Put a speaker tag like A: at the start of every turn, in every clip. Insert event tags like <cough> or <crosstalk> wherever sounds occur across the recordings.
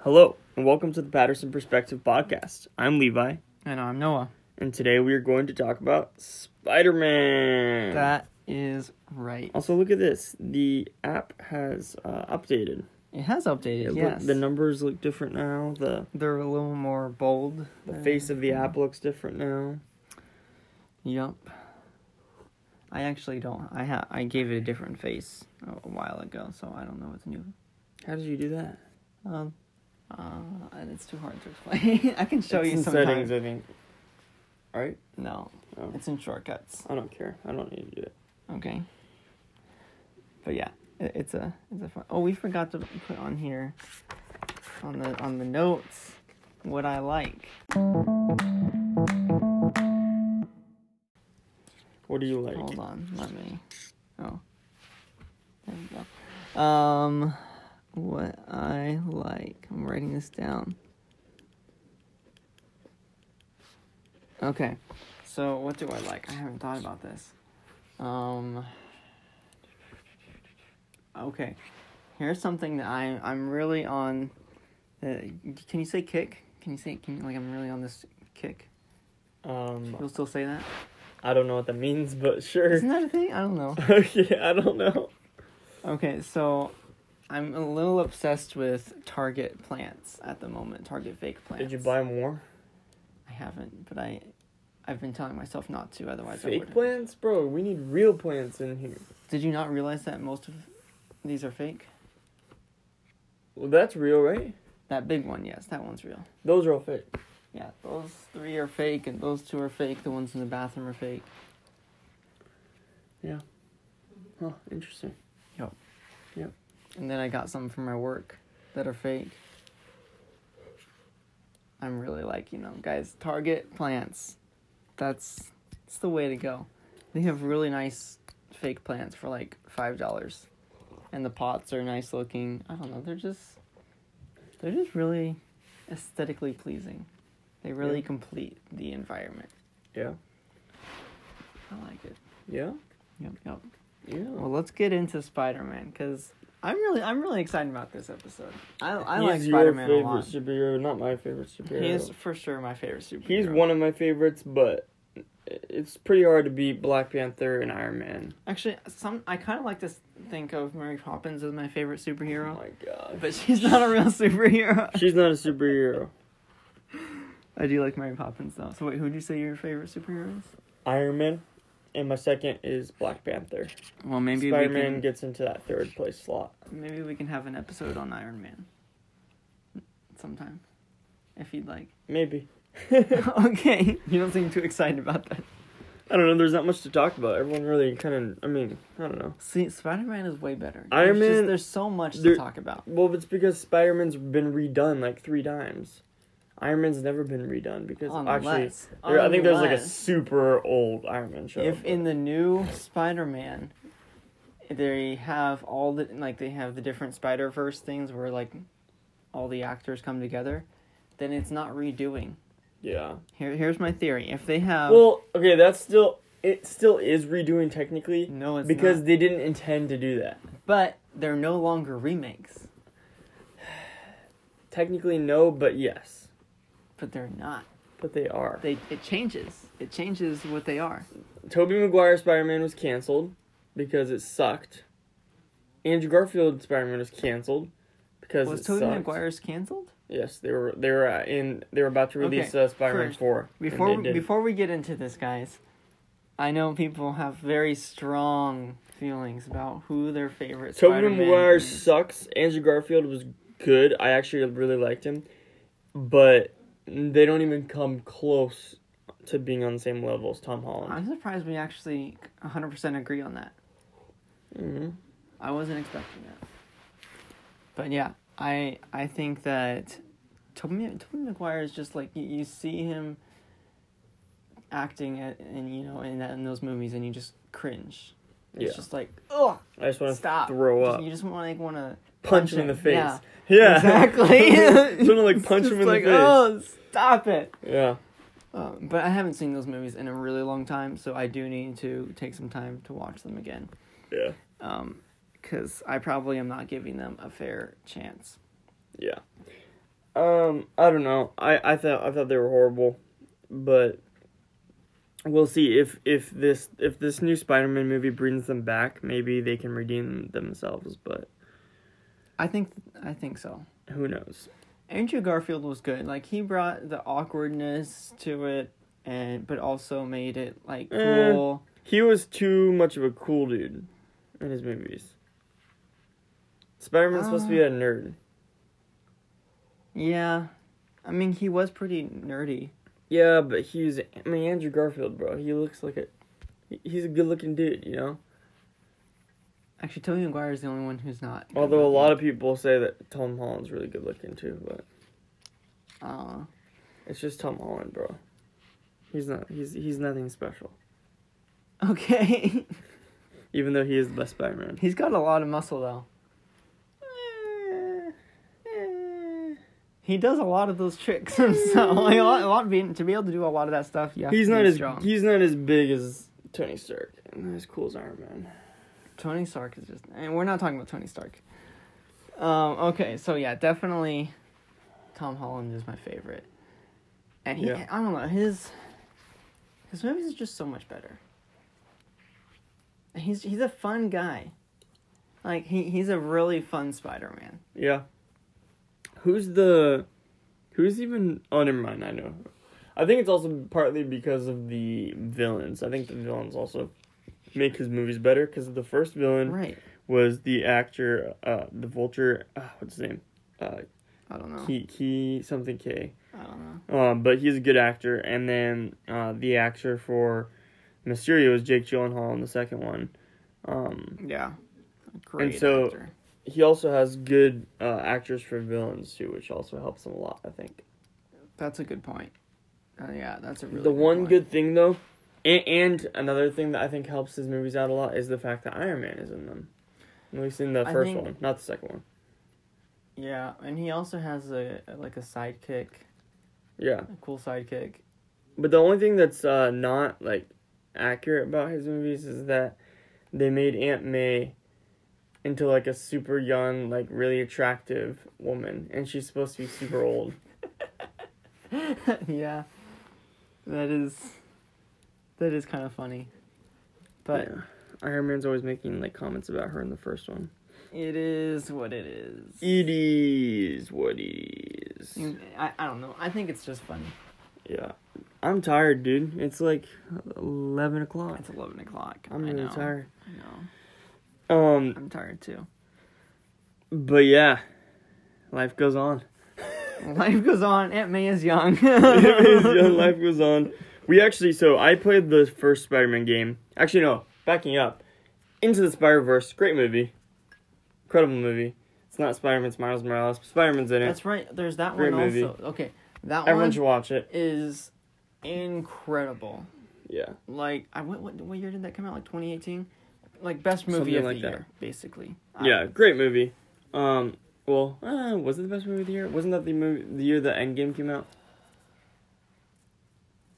A: Hello, and welcome to the Patterson Perspective Podcast. I'm Levi,
B: And I'm Noah.
A: and today we are going to talk about Spider Man.
B: That is right.
A: Also, look at this. The app has uh, updated.
B: It has updated.
A: It look-
B: yes.
A: the numbers look different now. The,
B: They're a little more bold.
A: the
B: Uh,
A: face of the app looks different now.
B: Yep. I actually don't. I ha- I gave it a different face a, a while ago, so I don't know what's new.
A: How did you do that?
B: Um, uh, and it's too hard to explain. <laughs> I can show
A: It's
B: you
A: in
B: some
A: settings, I think. All right.
B: No,
A: Oh.
B: it's in shortcuts.
A: I don't care. I don't need to do it.
B: Okay. But yeah, it, it's a it's a fun. Oh, we forgot to put on here on the on the notes what I like.
A: What do you like?
B: Hold on, let me. Oh, there we go. Um, what I like. I'm writing this down. Okay, so what do I like? I haven't thought about this. Um. Okay, here's something that I I'm really on. The, can you say kick? Can you say can you, like I'm really on this kick? You'll
A: Um,
B: still say that?
A: I don't know what that means, but sure.
B: Isn't that a thing? I don't know.
A: <laughs> okay, I don't know.
B: Okay, so I'm a little obsessed with Target plants at the moment. Target fake plants.
A: Did you buy more?
B: I haven't, but I, I've been telling myself not to. Otherwise, I
A: Fake
B: would.
A: plants, bro. We need real plants in here.
B: Did you not realize that most of these are fake?
A: Well, that's real, right?
B: That big one, yes, that one's real.
A: Those are all fake.
B: Yeah, those three are fake, and those two are fake. The ones in the bathroom are fake.
A: Huh? Interesting.
B: And then I got some from my work that are fake. I'm really like, you know, guys, Target plants. That's it's the way to go. They have really nice fake plants for like five dollars. And the pots are nice looking. I don't know, they're just they're just really aesthetically pleasing. They really
A: Yeah.
B: complete the environment.
A: Yeah.
B: I like it.
A: Yeah.
B: Yep, yep.
A: Yeah.
B: Well, let's get into Spider Man because I'm really, I'm really excited about this episode. I, I
A: He's
B: like
A: your
B: Spider Man a
A: favorite
B: lot.
A: superhero, not my favorite superhero.
B: He is for sure my favorite superhero.
A: He's one of my favorites, but it's pretty hard to beat Black Panther and Iron Man.
B: Actually, some I kind of like to s- think of Mary Poppins as my favorite
A: Oh
B: superhero, <laughs>
A: my god.
B: but she's not a real superhero.
A: <laughs>
B: <laughs>
A: She's not a superhero.
B: I do like Mary Poppins though. So wait, who'd you say your favorite superhero is?
A: Iron Man, and my second is Black Panther.
B: Well, maybe
A: Spider
B: we
A: Man
B: can
A: gets into that third place slot.
B: maybe we can have an episode on Iron Man sometime, if you'd like.
A: Maybe.
B: <laughs> okay, you don't seem too excited about that.
A: I don't know. There's not much to talk about. Everyone really kind of. I mean, I don't know.
B: See, Spider Man is way better.
A: Iron
B: there's
A: Man-
B: there's so much to
A: there-
B: talk about.
A: Well, it's because Spider Man's been redone like three times. Iron Man's never been redone because actually,
B: Unless,
A: there- I think there's like a
B: unless
A: super old Iron Man show.
B: if
A: but-
B: in the new Spider Man, they have all the like they have the different Spider Verse things where like all the actors come together, then it's not redoing.
A: yeah,
B: Here, here's my theory: if they have
A: well, okay, that's still it. Still is redoing technically
B: no, it's
A: because
B: because
A: they didn't intend to do that.
B: but they're no longer remakes,
A: Technically, no, but yes,
B: but they're not.
A: but they are.
B: They it changes. It changes what they are.
A: Tobey Maguire Spider Man was canceled because it sucked. Andrew Garfield Spider Man was canceled because
B: Was
A: it
B: Tobey
A: sucked.
B: Maguire's canceled?
A: Yes, they were they were uh, in they were about to release
B: Okay,
A: uh, Spider Man
B: first,
A: four and
B: Before
A: they
B: we,
A: didn't.
B: before we get into this, guys, I know people have very strong feelings about who their favorite
A: Tobey
B: Spider-Man
A: Maguire
B: is.
A: sucks. Andrew Garfield was good. I actually really liked him, but they don't even come close to being on the same level as Tom Holland.
B: I'm surprised we actually 100% agree on that.
A: hmm
B: I wasn't expecting that. But yeah, I I think that Tobey, Tobey Maguire is just like you, you see him acting at, and you know in that in those movies and you just cringe. It's
A: Yeah.
B: just like oh
A: I just want to
B: stop
A: throw
B: Just-
A: up,
B: you just want like want to
A: punch him in the face.
B: Yeah.
A: Yeah, <laughs>
B: Exactly. <laughs>
A: just want to like punch him in the face.
B: Oh, stop it.
A: Yeah,
B: Um, but I haven't seen those movies in a really long time, so I do need to take some time to watch them again. um,
A: yeah,
B: Because I probably am not giving them a fair chance.
A: yeah. Um, I don't know. I, I thought I thought they were horrible, but we'll see if if this if this new Spider-Man movie brings them back. Maybe they can redeem themselves, but
B: I think I think so.
A: who knows?
B: Andrew Garfield was good. Like he brought the awkwardness to it, and but also made it like
A: Eh.
B: cool.
A: He was too much of a cool dude in his movies. Spider-Man's supposed to be a nerd.
B: Yeah, I mean he was pretty nerdy.
A: Yeah, but he's I mean Andrew Garfield, bro. He looks like a he- he's a good-looking dude, you know.
B: Actually, Tobey Maguire is the only one who's not.
A: Although a lot of people say that Tom Holland's really good-looking too, but
B: Uh,
A: It's just Tom Holland, bro. He's not. He's he's nothing special.
B: <laughs> okay,
A: Even though he is the best Spider-Man.
B: he's got a lot of muscle though. He does a lot of those tricks <laughs> himself. Like, a lot, a lot of being, to be able to do a lot of that stuff. Yeah,
A: He's not
B: be
A: as
B: strong.
A: he's not as big as Tony Stark and not as cool as Iron Man.
B: Tony Stark is just, and we're not talking about Tony Stark. Um, okay, so yeah, definitely, Tom Holland is my favorite, and he,
A: Yeah.
B: I don't know, his, his movies are just so much better. And he's he's a fun guy, like he he's a really fun Spider Man.
A: Yeah. Who's the, who's even? Oh, never mind. I know. I think it's also partly because of the villains. I think the villains also make his movies better because the first villain
B: Right.
A: was the actor, uh, the Vulture. Uh, what's his name? Uh,
B: I don't know.
A: Key Key something K.
B: I don't know.
A: Um, but he's a good actor. And then uh, the actor for Mysterio is Jake Gyllenhaal in the second one. Um,
B: Yeah. Great
A: so-
B: actor.
A: he also has good uh, actors for villains too, which also helps him a lot. I think
B: That's a good point. Uh, yeah, that's a really
A: the one
B: point.
A: good thing though, and, and another thing that I think helps his movies out a lot is the fact that Iron Man is in them. At least in the
B: I
A: first
B: think-
A: one, not the second one.
B: Yeah, and he also has a like a sidekick,
A: Yeah,
B: a cool sidekick. <laughs>
A: but the only thing that's uh, not like accurate about his movies is that they made Aunt May into like a super young, like really attractive woman, and she's supposed to be super old.
B: yeah, that is that is kind of funny, but
A: yeah. Iron Man's always making like comments about her in the first one.
B: it is what it is.
A: It is what it is.
B: I, I don't know. I think it's just funny.
A: Yeah, I'm tired, dude. It's like eleven o'clock.
B: It's eleven o'clock.
A: I'm
B: I
A: really
B: know,
A: tired.
B: I know.
A: Um,
B: I'm tired too. <laughs>
A: but yeah, life goes on.
B: Life goes on. Aunt May is
A: <laughs>
B: young. <laughs>
A: young life goes on. We actually, so I played the first Spider-Man game. Actually, no, backing up. Into the Spider-Verse, great movie, incredible movie. It's not Spider-Man, it's Miles Morales. but Spider-Man's in it.
B: That's right. There's that
A: Great
B: one
A: movie.
B: also. Okay, that
A: Everyone
B: one
A: should watch it.
B: is incredible.
A: Yeah,
B: like I went what, what year did that come out? Like 2018. Like best movie
A: Something
B: of
A: like
B: the
A: that.
B: year, basically.
A: yeah, great movie. Um, well, uh, was it the best movie of the year? Wasn't that the movie the year the Endgame came out?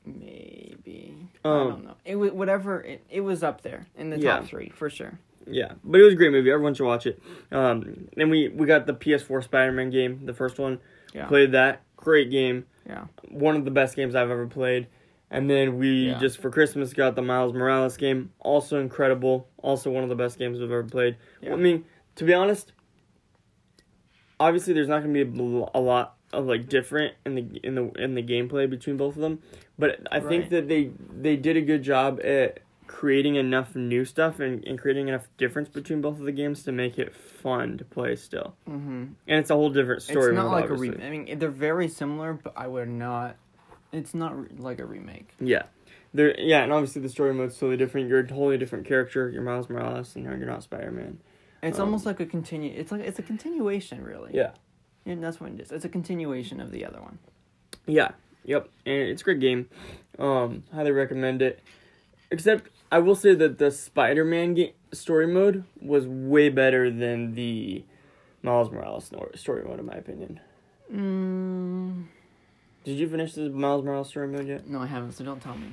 B: Maybe I
A: Um,
B: don't know. It was whatever. It, it was up there in the
A: Yeah.
B: top three for sure.
A: Yeah, but it was a great movie. Everyone should watch it. Um, then we we got the PS4 Spider-Man game, the first one.
B: Yeah.
A: Played that. Great game.
B: Yeah.
A: One of the best games I've ever played. And then we
B: Yeah.
A: just for Christmas got the Miles Morales game, also incredible, also one of the best games we've ever played.
B: Yeah.
A: I mean, to be honest, obviously there's not going to be a, bl- a lot of like different in the in the in the gameplay between both of them, but I think
B: Right.
A: that they they did a good job at creating enough new stuff and, and creating enough difference between both of the games to make it fun to play still.
B: Mm-hmm.
A: And it's a whole different story.
B: It's not
A: mode,
B: like
A: obviously.
B: a remake. I mean, they're very similar, but I would not. It's not re- like a remake.
A: Yeah. There, yeah, and obviously the story mode's totally different. You're a totally different character. You're Miles Morales, and you're not Spider Man.
B: It's
A: Um,
B: almost like a continue. It's like it's a continuation, really.
A: Yeah.
B: And that's what it is. It's a continuation of the other one.
A: Yeah. Yep. And it's a great game. Um, highly recommend it. Except I will say that the Spider Man game story mode was way better than the Miles Morales snor- story mode, in my opinion.
B: Mm,
A: Did you finish the Miles Morales story mode yet?
B: No, I haven't. So don't tell me.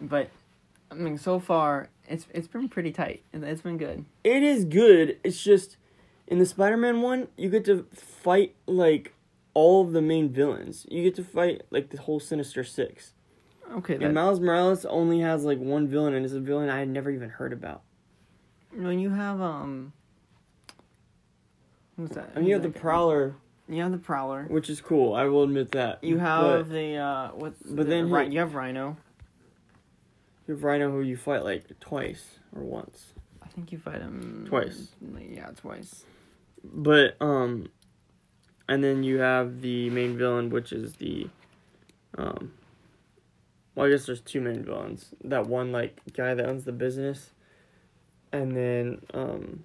B: But I mean, so far it's it's been pretty tight. and It's been good.
A: It is good. It's just in the Spider Man one, you get to fight like all of the main villains. You get to fight like the whole Sinister Six.
B: Okay,
A: And
B: that,
A: Miles Morales only has like one villain, and it's a villain I had never even heard about.
B: when you have um, who's that?
A: And you have
B: Who's
A: the
B: that guy?
A: Prowler,
B: You have the Prowler.
A: which is cool. I will admit that.
B: You
A: But
B: have the uh, what?
A: but
B: the,
A: then
B: Ri-
A: who-
B: you have Rhino.
A: you have Rhino, who you fight like twice or once.
B: I think you fight him
A: Twice.
B: Yeah, twice.
A: But um, and then you have the main villain, which is the, um. Well, I guess there's two main villains. That one like guy that owns the business, and then um.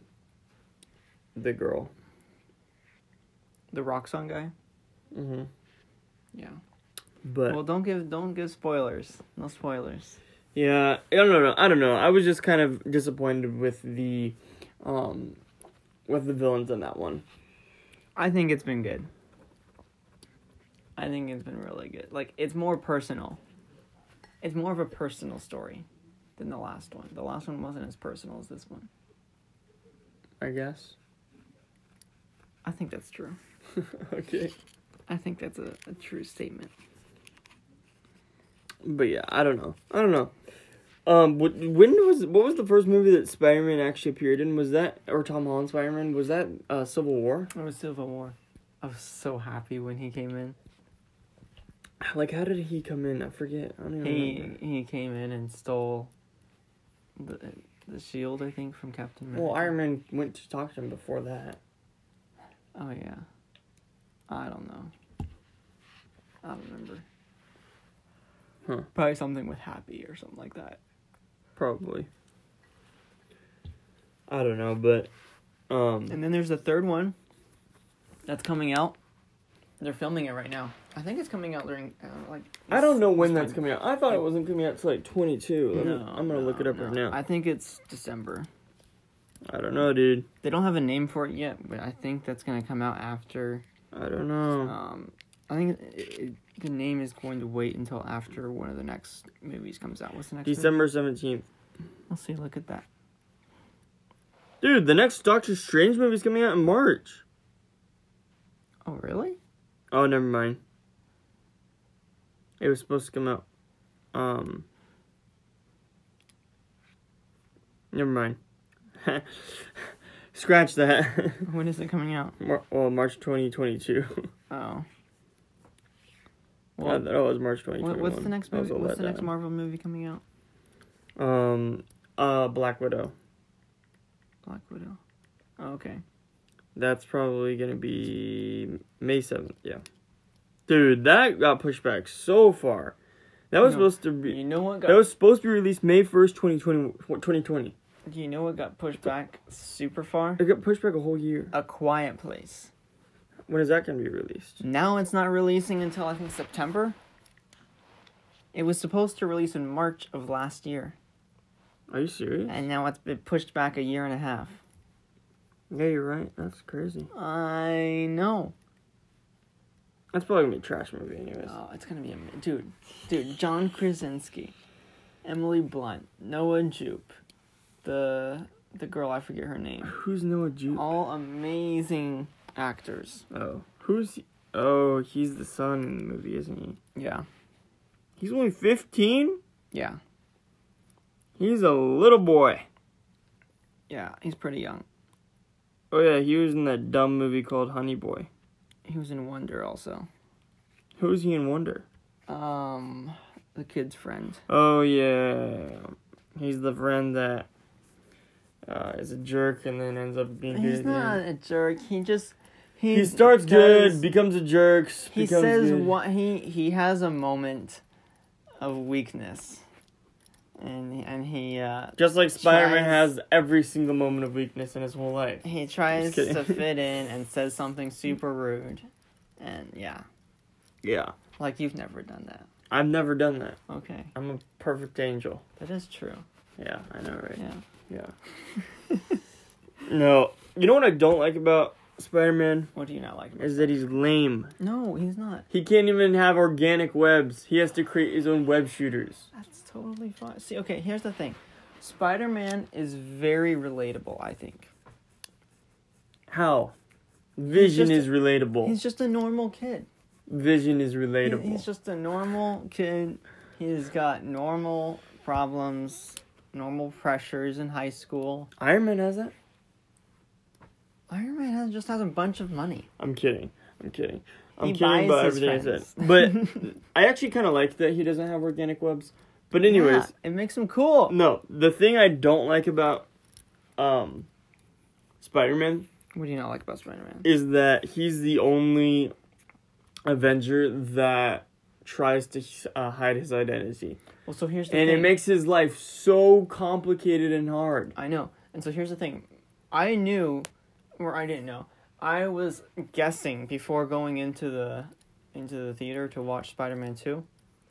A: The girl.
B: The Roxxon guy.
A: Mm-hmm.
B: Yeah.
A: But
B: well, don't give don't give spoilers. No spoilers.
A: Yeah, I don't know. I don't know. I was just kind of disappointed with the, um, with the villains in that one.
B: I think it's been good. I think it's been really good. Like it's more personal. It's more of a personal story than the last one. The last one wasn't as personal as this one.
A: I guess.
B: I think that's true. <laughs>
A: okay.
B: I think that's a, a true statement.
A: But yeah, I don't know. I don't know. Um, what when was what was the first movie that Spider Man actually appeared in? Was that or Tom Holland Spider Man? Was that uh, Civil War?
B: It was Civil War. I was so happy when he came in.
A: Like, how did he come in? I forget. I don't even
B: He
A: remember.
B: he came in and stole the the shield, I think, from Captain America.
A: Well, Iron Man went to talk to him before that.
B: Oh yeah. I don't know. I don't remember.
A: Huh.
B: Probably something with happy or something like that.
A: Probably. I don't know, but um,
B: And then there's the third one that's coming out. They're filming it right now. I think it's coming out during uh, like.
A: I don't know when
B: this
A: that's
B: time.
A: coming out. I thought it wasn't coming out till like 22. Let me-
B: No,
A: I'm gonna look
B: no,
A: it up right
B: no.
A: now.
B: I think it's December.
A: I don't know, dude.
B: They don't have a name for it yet, but I think that's gonna come out after.
A: I don't know.
B: Um, I think it, it, the name is going to wait until after one of the next movies comes out. What's the next? movie?
A: December 17th.
B: Let's see. Look at that.
A: Dude, the next Doctor Strange movie's coming out in March.
B: Oh really?
A: Oh, never mind. It was supposed to come out. Um. Never mind. <laughs> Scratch that. <laughs>
B: When is it coming out?
A: Mar- well, March <laughs> 2022.
B: Oh.
A: I
B: Well,
A: thought it was March 2021.
B: what, what's the next
A: That was
B: movie?
A: a
B: What's the next
A: letdown.
B: Marvel movie coming out?
A: Um, uh, Black Widow.
B: Black Widow. Oh, okay.
A: That's probably gonna be May seventh. Yeah, dude, that got pushed back so far. That was
B: No.
A: supposed to
B: You
A: be.
B: know what got?
A: That was supposed to be released May first, 2020, 2020.
B: Do you know what got pushed back super far?
A: It got pushed back a whole year.
B: A Quiet Place.
A: When is that gonna be released?
B: Now it's not releasing until I think September. It was supposed to release in March of last year,
A: Are you serious?
B: and now it's been pushed back a year and a half.
A: Yeah, you're right. That's crazy.
B: I know.
A: That's probably gonna be a trash movie, anyways.
B: Oh, it's gonna be a dude, dude. John Krasinski, Emily Blunt, Noah Jupe, the the girl I forget her name.
A: Who's Noah Jupe?
B: All amazing actors.
A: Oh, who's? He? Oh, he's the son in the movie, isn't he?
B: Yeah,
A: He's only fifteen.
B: yeah,
A: He's a little boy.
B: yeah. He's pretty young.
A: Oh yeah, he was in that dumb movie called Honey Boy.
B: He was in Wonder also.
A: Who's he in Wonder?
B: Um, the kid's friend.
A: Oh yeah, he's the friend that uh, is a jerk and then ends up being good.
B: He's
A: at the
B: not
A: end.
B: a jerk. He just he,
A: He starts
B: does-
A: good, becomes a jerk. s-
B: He
A: becomes
B: says
A: good.
B: what he he has a moment of weakness, and and he uh,
A: Just like Spider Man
B: tries-
A: has every single moment of weakness in his whole life.
B: He tries
A: kidding.
B: to fit in and says
A: <laughs>
B: something super rude. And yeah,
A: Yeah,
B: like you've never done that.
A: I've never done that.
B: Okay.
A: I'm a perfect angel.
B: That is true.
A: Yeah, I know, right?
B: Yeah.
A: Yeah. <laughs> no, you know what I don't like about Spider Man
B: What do you not like? about-
A: is that he's lame.
B: No, he's not.
A: He can't even have organic webs. He has to create his own web shooters.
B: That's totally fine. See, okay, here's the thing. Spider-Man is very relatable, I think.
A: How? Vision is
B: just-
A: relatable.
B: He's just a normal kid.
A: Vision is
B: He-
A: relatable.
B: he's just a normal kid. He's got normal problems, normal pressures in high school.
A: Iron Man has that.
B: Iron Man has, just has a bunch of money.
A: I'm kidding. I'm kidding. I'm
B: He
A: kidding about
B: buys his
A: everything
B: friends.
A: I said.
B: <laughs>
A: But I actually kind of like that he doesn't have organic webs. But anyways,
B: Yeah, it makes him cool.
A: no. The thing I don't like about um Spider-Man
B: What do you not like about Spider Man?
A: is that he's the only Avenger that tries to uh, hide his identity.
B: Well, so here's the
A: And
B: thing.
A: it makes his life so complicated and hard.
B: I know. And so here's the thing. I knew or I didn't know. I was guessing before going into the into the theater to watch Spider-Man 2.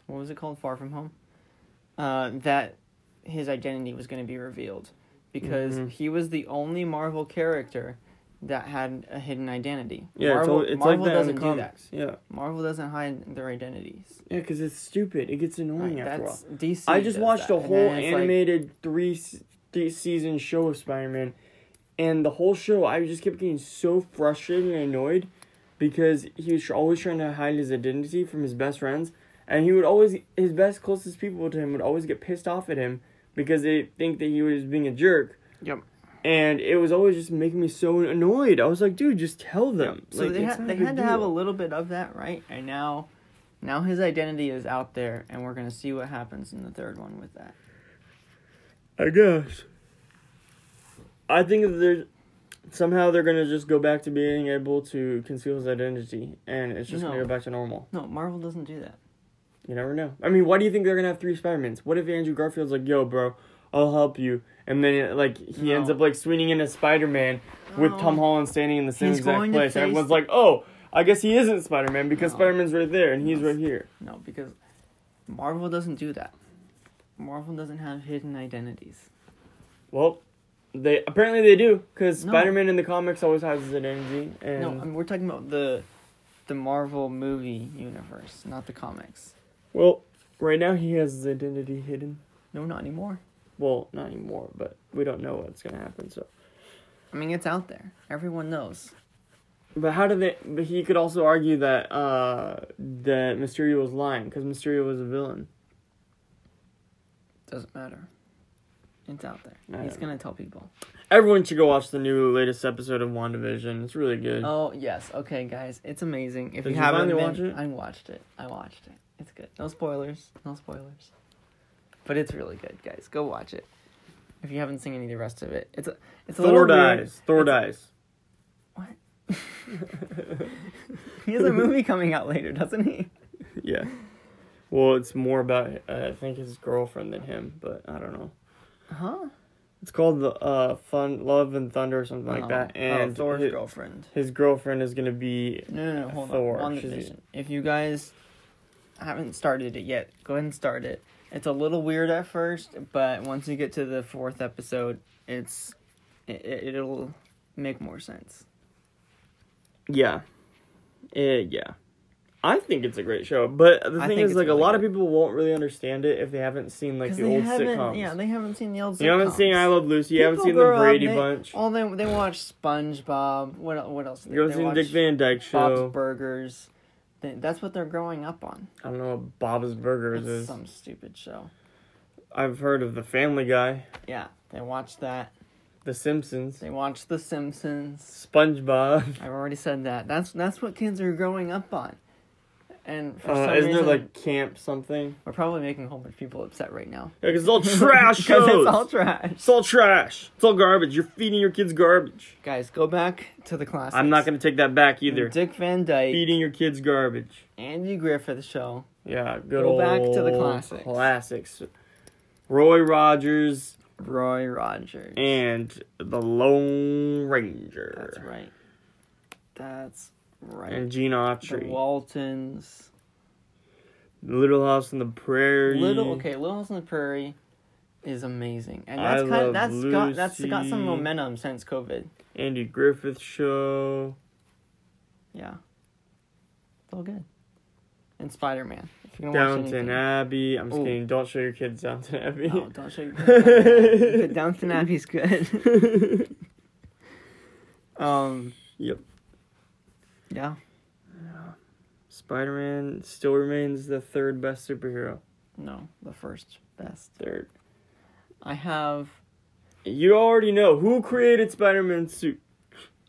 B: What was it called? Far From Home. Uh, that his identity was going to be revealed because
A: Mhm.
B: he was the only Marvel character that had a hidden identity.
A: Yeah,
B: Marvel,
A: it's, all, it's
B: Marvel
A: like that in
B: doesn't
A: the
B: do that.
A: comics. Yeah,
B: Marvel doesn't hide their identities.
A: yeah, because it's stupid. It gets annoying
B: Like,
A: Mm, after a while.
B: that's DC.
A: I just
B: does
A: watched
B: that.
A: a
B: And
A: whole
B: then it's like-
A: animated three, s- three season show of Spider Man, and the whole show I just kept getting so frustrated and annoyed because he was tr- always trying to hide his identity from his best friends, and he would always his best closest people to him would always get pissed off at him because they think that he was being a jerk.
B: Yep.
A: And it was always just making me so annoyed. I was like, dude, just tell them.
B: So
A: Like,
B: they,
A: it's
B: had
A: not
B: they
A: big
B: had to have a
A: deal.
B: little bit of that, right? And now, now his identity is out there, and we're gonna see what happens in the third one with that.
A: I guess. I think that there's somehow they're gonna just go back to being able to conceal his identity, and it's just gonna
B: No.
A: go back to normal.
B: No, Marvel doesn't do that.
A: You never know. I mean, why do you think they're gonna have three Spider-Mans? What if Andrew Garfield's like, "Yo, bro, I'll help you," and then like he
B: No.
A: ends up like swinging in a Spider-Man with
B: No.
A: Tom Holland standing in the same
B: He's
A: exact
B: going to
A: place.
B: face-
A: Everyone's like, "Oh, I guess he isn't Spider-Man because
B: No.
A: Spider-Man's right there and he's
B: No.
A: right here."
B: No, because Marvel doesn't do that. Marvel doesn't have hidden identities.
A: Well, they apparently they do because
B: No.
A: Spider-Man in the comics always has his identity and.
B: No, I mean, we're talking about the the Marvel movie universe, not the comics.
A: Well, right now he has his identity hidden.
B: No, not anymore.
A: Well, not anymore, but we don't know what's gonna happen. So,
B: I mean, it's out there. Everyone knows.
A: but how do they? But he could also argue that uh that Mysterio was lying because Mysterio was a villain.
B: Doesn't matter. It's out there.
A: I
B: He's
A: don't
B: gonna tell people.
A: Everyone should go watch the new latest episode of WandaVision. It's really good.
B: Oh yes, okay, guys, it's amazing. If
A: Did
B: you,
A: you
B: haven't
A: finally
B: been,
A: watch it?
B: I watched it. I watched it. It's good. No spoilers. No spoilers. But it's really good, guys. Go watch it. If you haven't seen any of the rest of it, it's a, it's a
A: Thor
B: little weird.
A: dies. Thor dies.
B: He has a movie coming out later, doesn't he?
A: Yeah. Well, it's more about uh, I think his girlfriend than him, but I don't know.
B: Huh?
A: It's called the uh Fun Love and Thunder or something like
B: Oh.
A: that, and
B: oh, Thor's
A: his,
B: girlfriend.
A: his girlfriend is gonna be
B: No, no, no. Hold
A: Thor,
B: on.
A: she's-
B: WandaVision. If you guys haven't started it yet, go ahead and start it. It's a little weird at first, but once you get to the fourth episode, it's it, it- it'll make more sense.
A: Yeah. Eh, yeah. I think it's a great show, but the
B: I
A: thing
B: think
A: is,
B: it's
A: like, a
B: really
A: lot of
B: good.
A: people won't really understand it if they haven't seen like
B: 'Cause
A: the
B: they
A: old
B: haven't-
A: sitcoms.
B: Yeah, they haven't seen the old sitcoms.
A: you haven't seen I Love Lucy. You haven't
B: People
A: seen the
B: grow up,
A: Brady
B: they-
A: Bunch.
B: All they they watch SpongeBob. What el- what else?
A: You haven't
B: they
A: seen the
B: watch
A: Dick Van Dyke
B: Bob's
A: Show.
B: Burgers. They, that's what they're growing up on.
A: I don't know what Bob's Burgers
B: It's
A: is.
B: some stupid show.
A: I've heard of The Family Guy,
B: Yeah, they watch that.
A: The Simpsons,
B: They watch The Simpsons.
A: SpongeBob.
B: I've already said that. That's that's what kids are growing up on. And <laughs> for
A: Uh,
B: some
A: isn't
B: reason,
A: there like Camp something?
B: we're probably making a whole bunch of people upset right now.
A: Yeah, 'cause it's all <laughs> trash
B: <laughs> 'Cause
A: shows.
B: it's all trash.
A: it's all trash. It's all garbage. You're feeding your kids garbage.
B: Guys, go back to the classics.
A: I'm not gonna take that back either.
B: Dick Van Dyke,
A: Feeding your kids garbage.
B: Andy Griffith Show.
A: Yeah, good
B: Go
A: old
B: back to the classics.
A: classics. Roy Rogers
B: Roy Rogers.
A: and the Lone Ranger.
B: That's right. That's right.
A: And Gene
B: the
A: Autry.
B: Waltons.
A: Little House on the Prairie.
B: Little okay, Little House on the Prairie is amazing, and
A: I
B: that's kind
A: Love
B: of, that's got that's got
A: Lucy.
B: some momentum since COVID.
A: Andy Griffith Show.
B: Yeah. It's all good. And Spider Man. If you're gonna watch
A: Downton
B: anything.
A: Abbey. I'm just
B: Ooh.
A: kidding. Don't show your kids Downton <laughs> Abbey.
B: Oh, don't show your
A: <laughs>
B: but Downton Abbey's good. um
A: Yep.
B: Yeah.
A: Spider Man still remains the third best superhero.
B: No, the first best.
A: Third.
B: I have
A: You already know who created Spider Man's suit.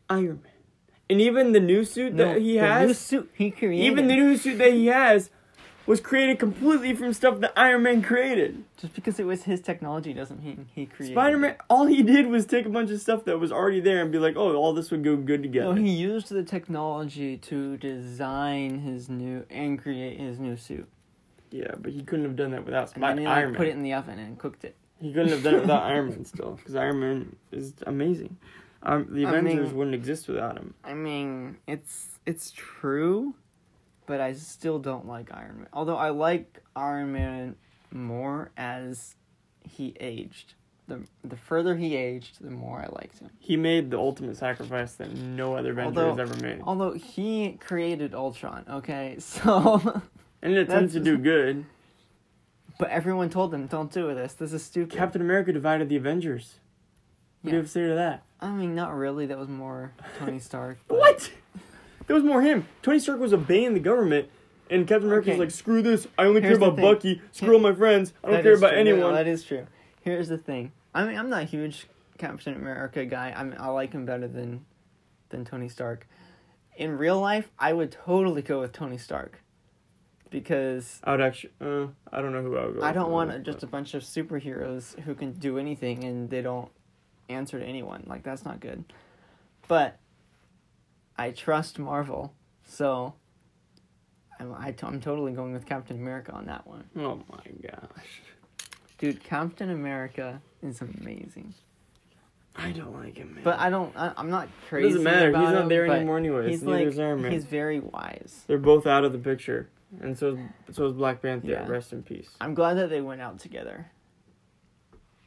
A: Iron Man. And even the new suit
B: no,
A: that he
B: the
A: has.
B: new suit he created.
A: Even the new suit that he has was created completely from stuff that Iron Man created.
B: just because it was his technology doesn't mean he created. it.
A: Spider Man, all he did was take a bunch of stuff that was already there and be like, oh, all this would go good
B: No,
A: together.
B: he used the technology to design his new and create his new suit.
A: yeah, but he couldn't have done that without
B: And then
A: Spider
B: he like,
A: Iron
B: put
A: Man.
B: it in the oven and cooked it.
A: He couldn't have done it
B: <laughs>
A: without Iron Man still, because Iron Man is amazing. Um, the
B: I
A: Avengers
B: mean-
A: wouldn't exist without him.
B: I mean, it's it's true, but I still don't like Iron Man. Although I like Iron Man more as he aged. The the further he aged, the more I liked him.
A: He made the ultimate sacrifice that no other Avenger has
B: Although-
A: ever made.
B: Although he created Ultron, okay? <laughs> So
A: And it tends
B: that's-
A: to
B: <laughs>
A: do good.
B: but everyone told him, "Don't do this. This is stupid."
A: Captain America divided the Avengers. What do you
B: Yeah.
A: have to say to that?
B: I mean, not really. That was more Tony Stark. but-
A: What? There was more him. Tony Stark was obeying the government, and Captain America was
B: Okay.
A: like, "Screw this! I only
B: Here's the
A: care about
B: thing.
A: Bucky. Screw all my friends. I don't
B: That
A: care
B: is
A: about
B: true. No,
A: anyone."
B: that is true. Here's the thing. I mean, I'm not a huge Captain America guy. I mean, I like him better than than Tony Stark. In real life, I would totally go with Tony Stark because
A: I would actually. Uh, I don't know who I would. Go
B: I don't
A: with,
B: want
A: but-
B: just a bunch of superheroes who can do anything and they don't answer to anyone. Like that's not good. But I trust Marvel, so I'm I t- I'm totally going with Captain America on that one.
A: Oh my gosh!
B: Dude, Captain America is amazing.
A: I don't like him, man.
B: But I don't. I, I'm not
A: it
B: crazy.
A: doesn't matter. He's
B: About
A: not
B: him,
A: there
B: but
A: anymore anyway.
B: He's
A: Neither
B: like
A: is Iron Man.
B: he's very wise.
A: They're both out of the picture, and so so is Black Panther.
B: Yeah.
A: Rest in peace.
B: I'm glad that they went out together.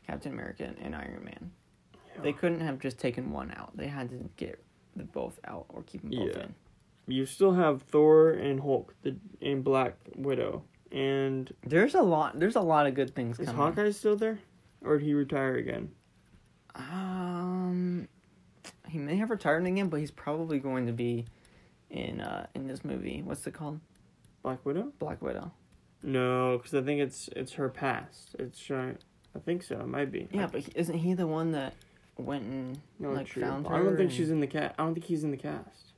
B: Captain America and, and Iron Man. They couldn't have just taken one out. They had to get the both out or keep them both
A: Yeah.
B: in.
A: You still have Thor and Hulk, the and Black Widow, and
B: There's a lot. There's a lot of good things
A: is
B: coming.
A: Hawkeye still there, or did he retire again?
B: Um, he may have retired again, but he's probably going to be in uh in this movie. What's it called?
A: Black Widow.
B: Black Widow.
A: No, because I think it's it's her past. It's her. I think so. It might be.
B: Yeah, but he, isn't he the one that went and
A: no,
B: like
A: true.
B: found her?
A: I don't think
B: and-
A: she's in the cat. I don't think he's in the cast.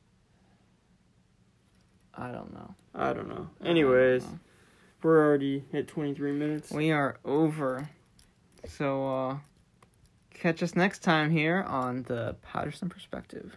B: I don't know.
A: I don't know.
B: I don't
A: Anyways,
B: know.
A: we're already at twenty three minutes.
B: we are over. So uh catch us next time here on the Patterson Perspective.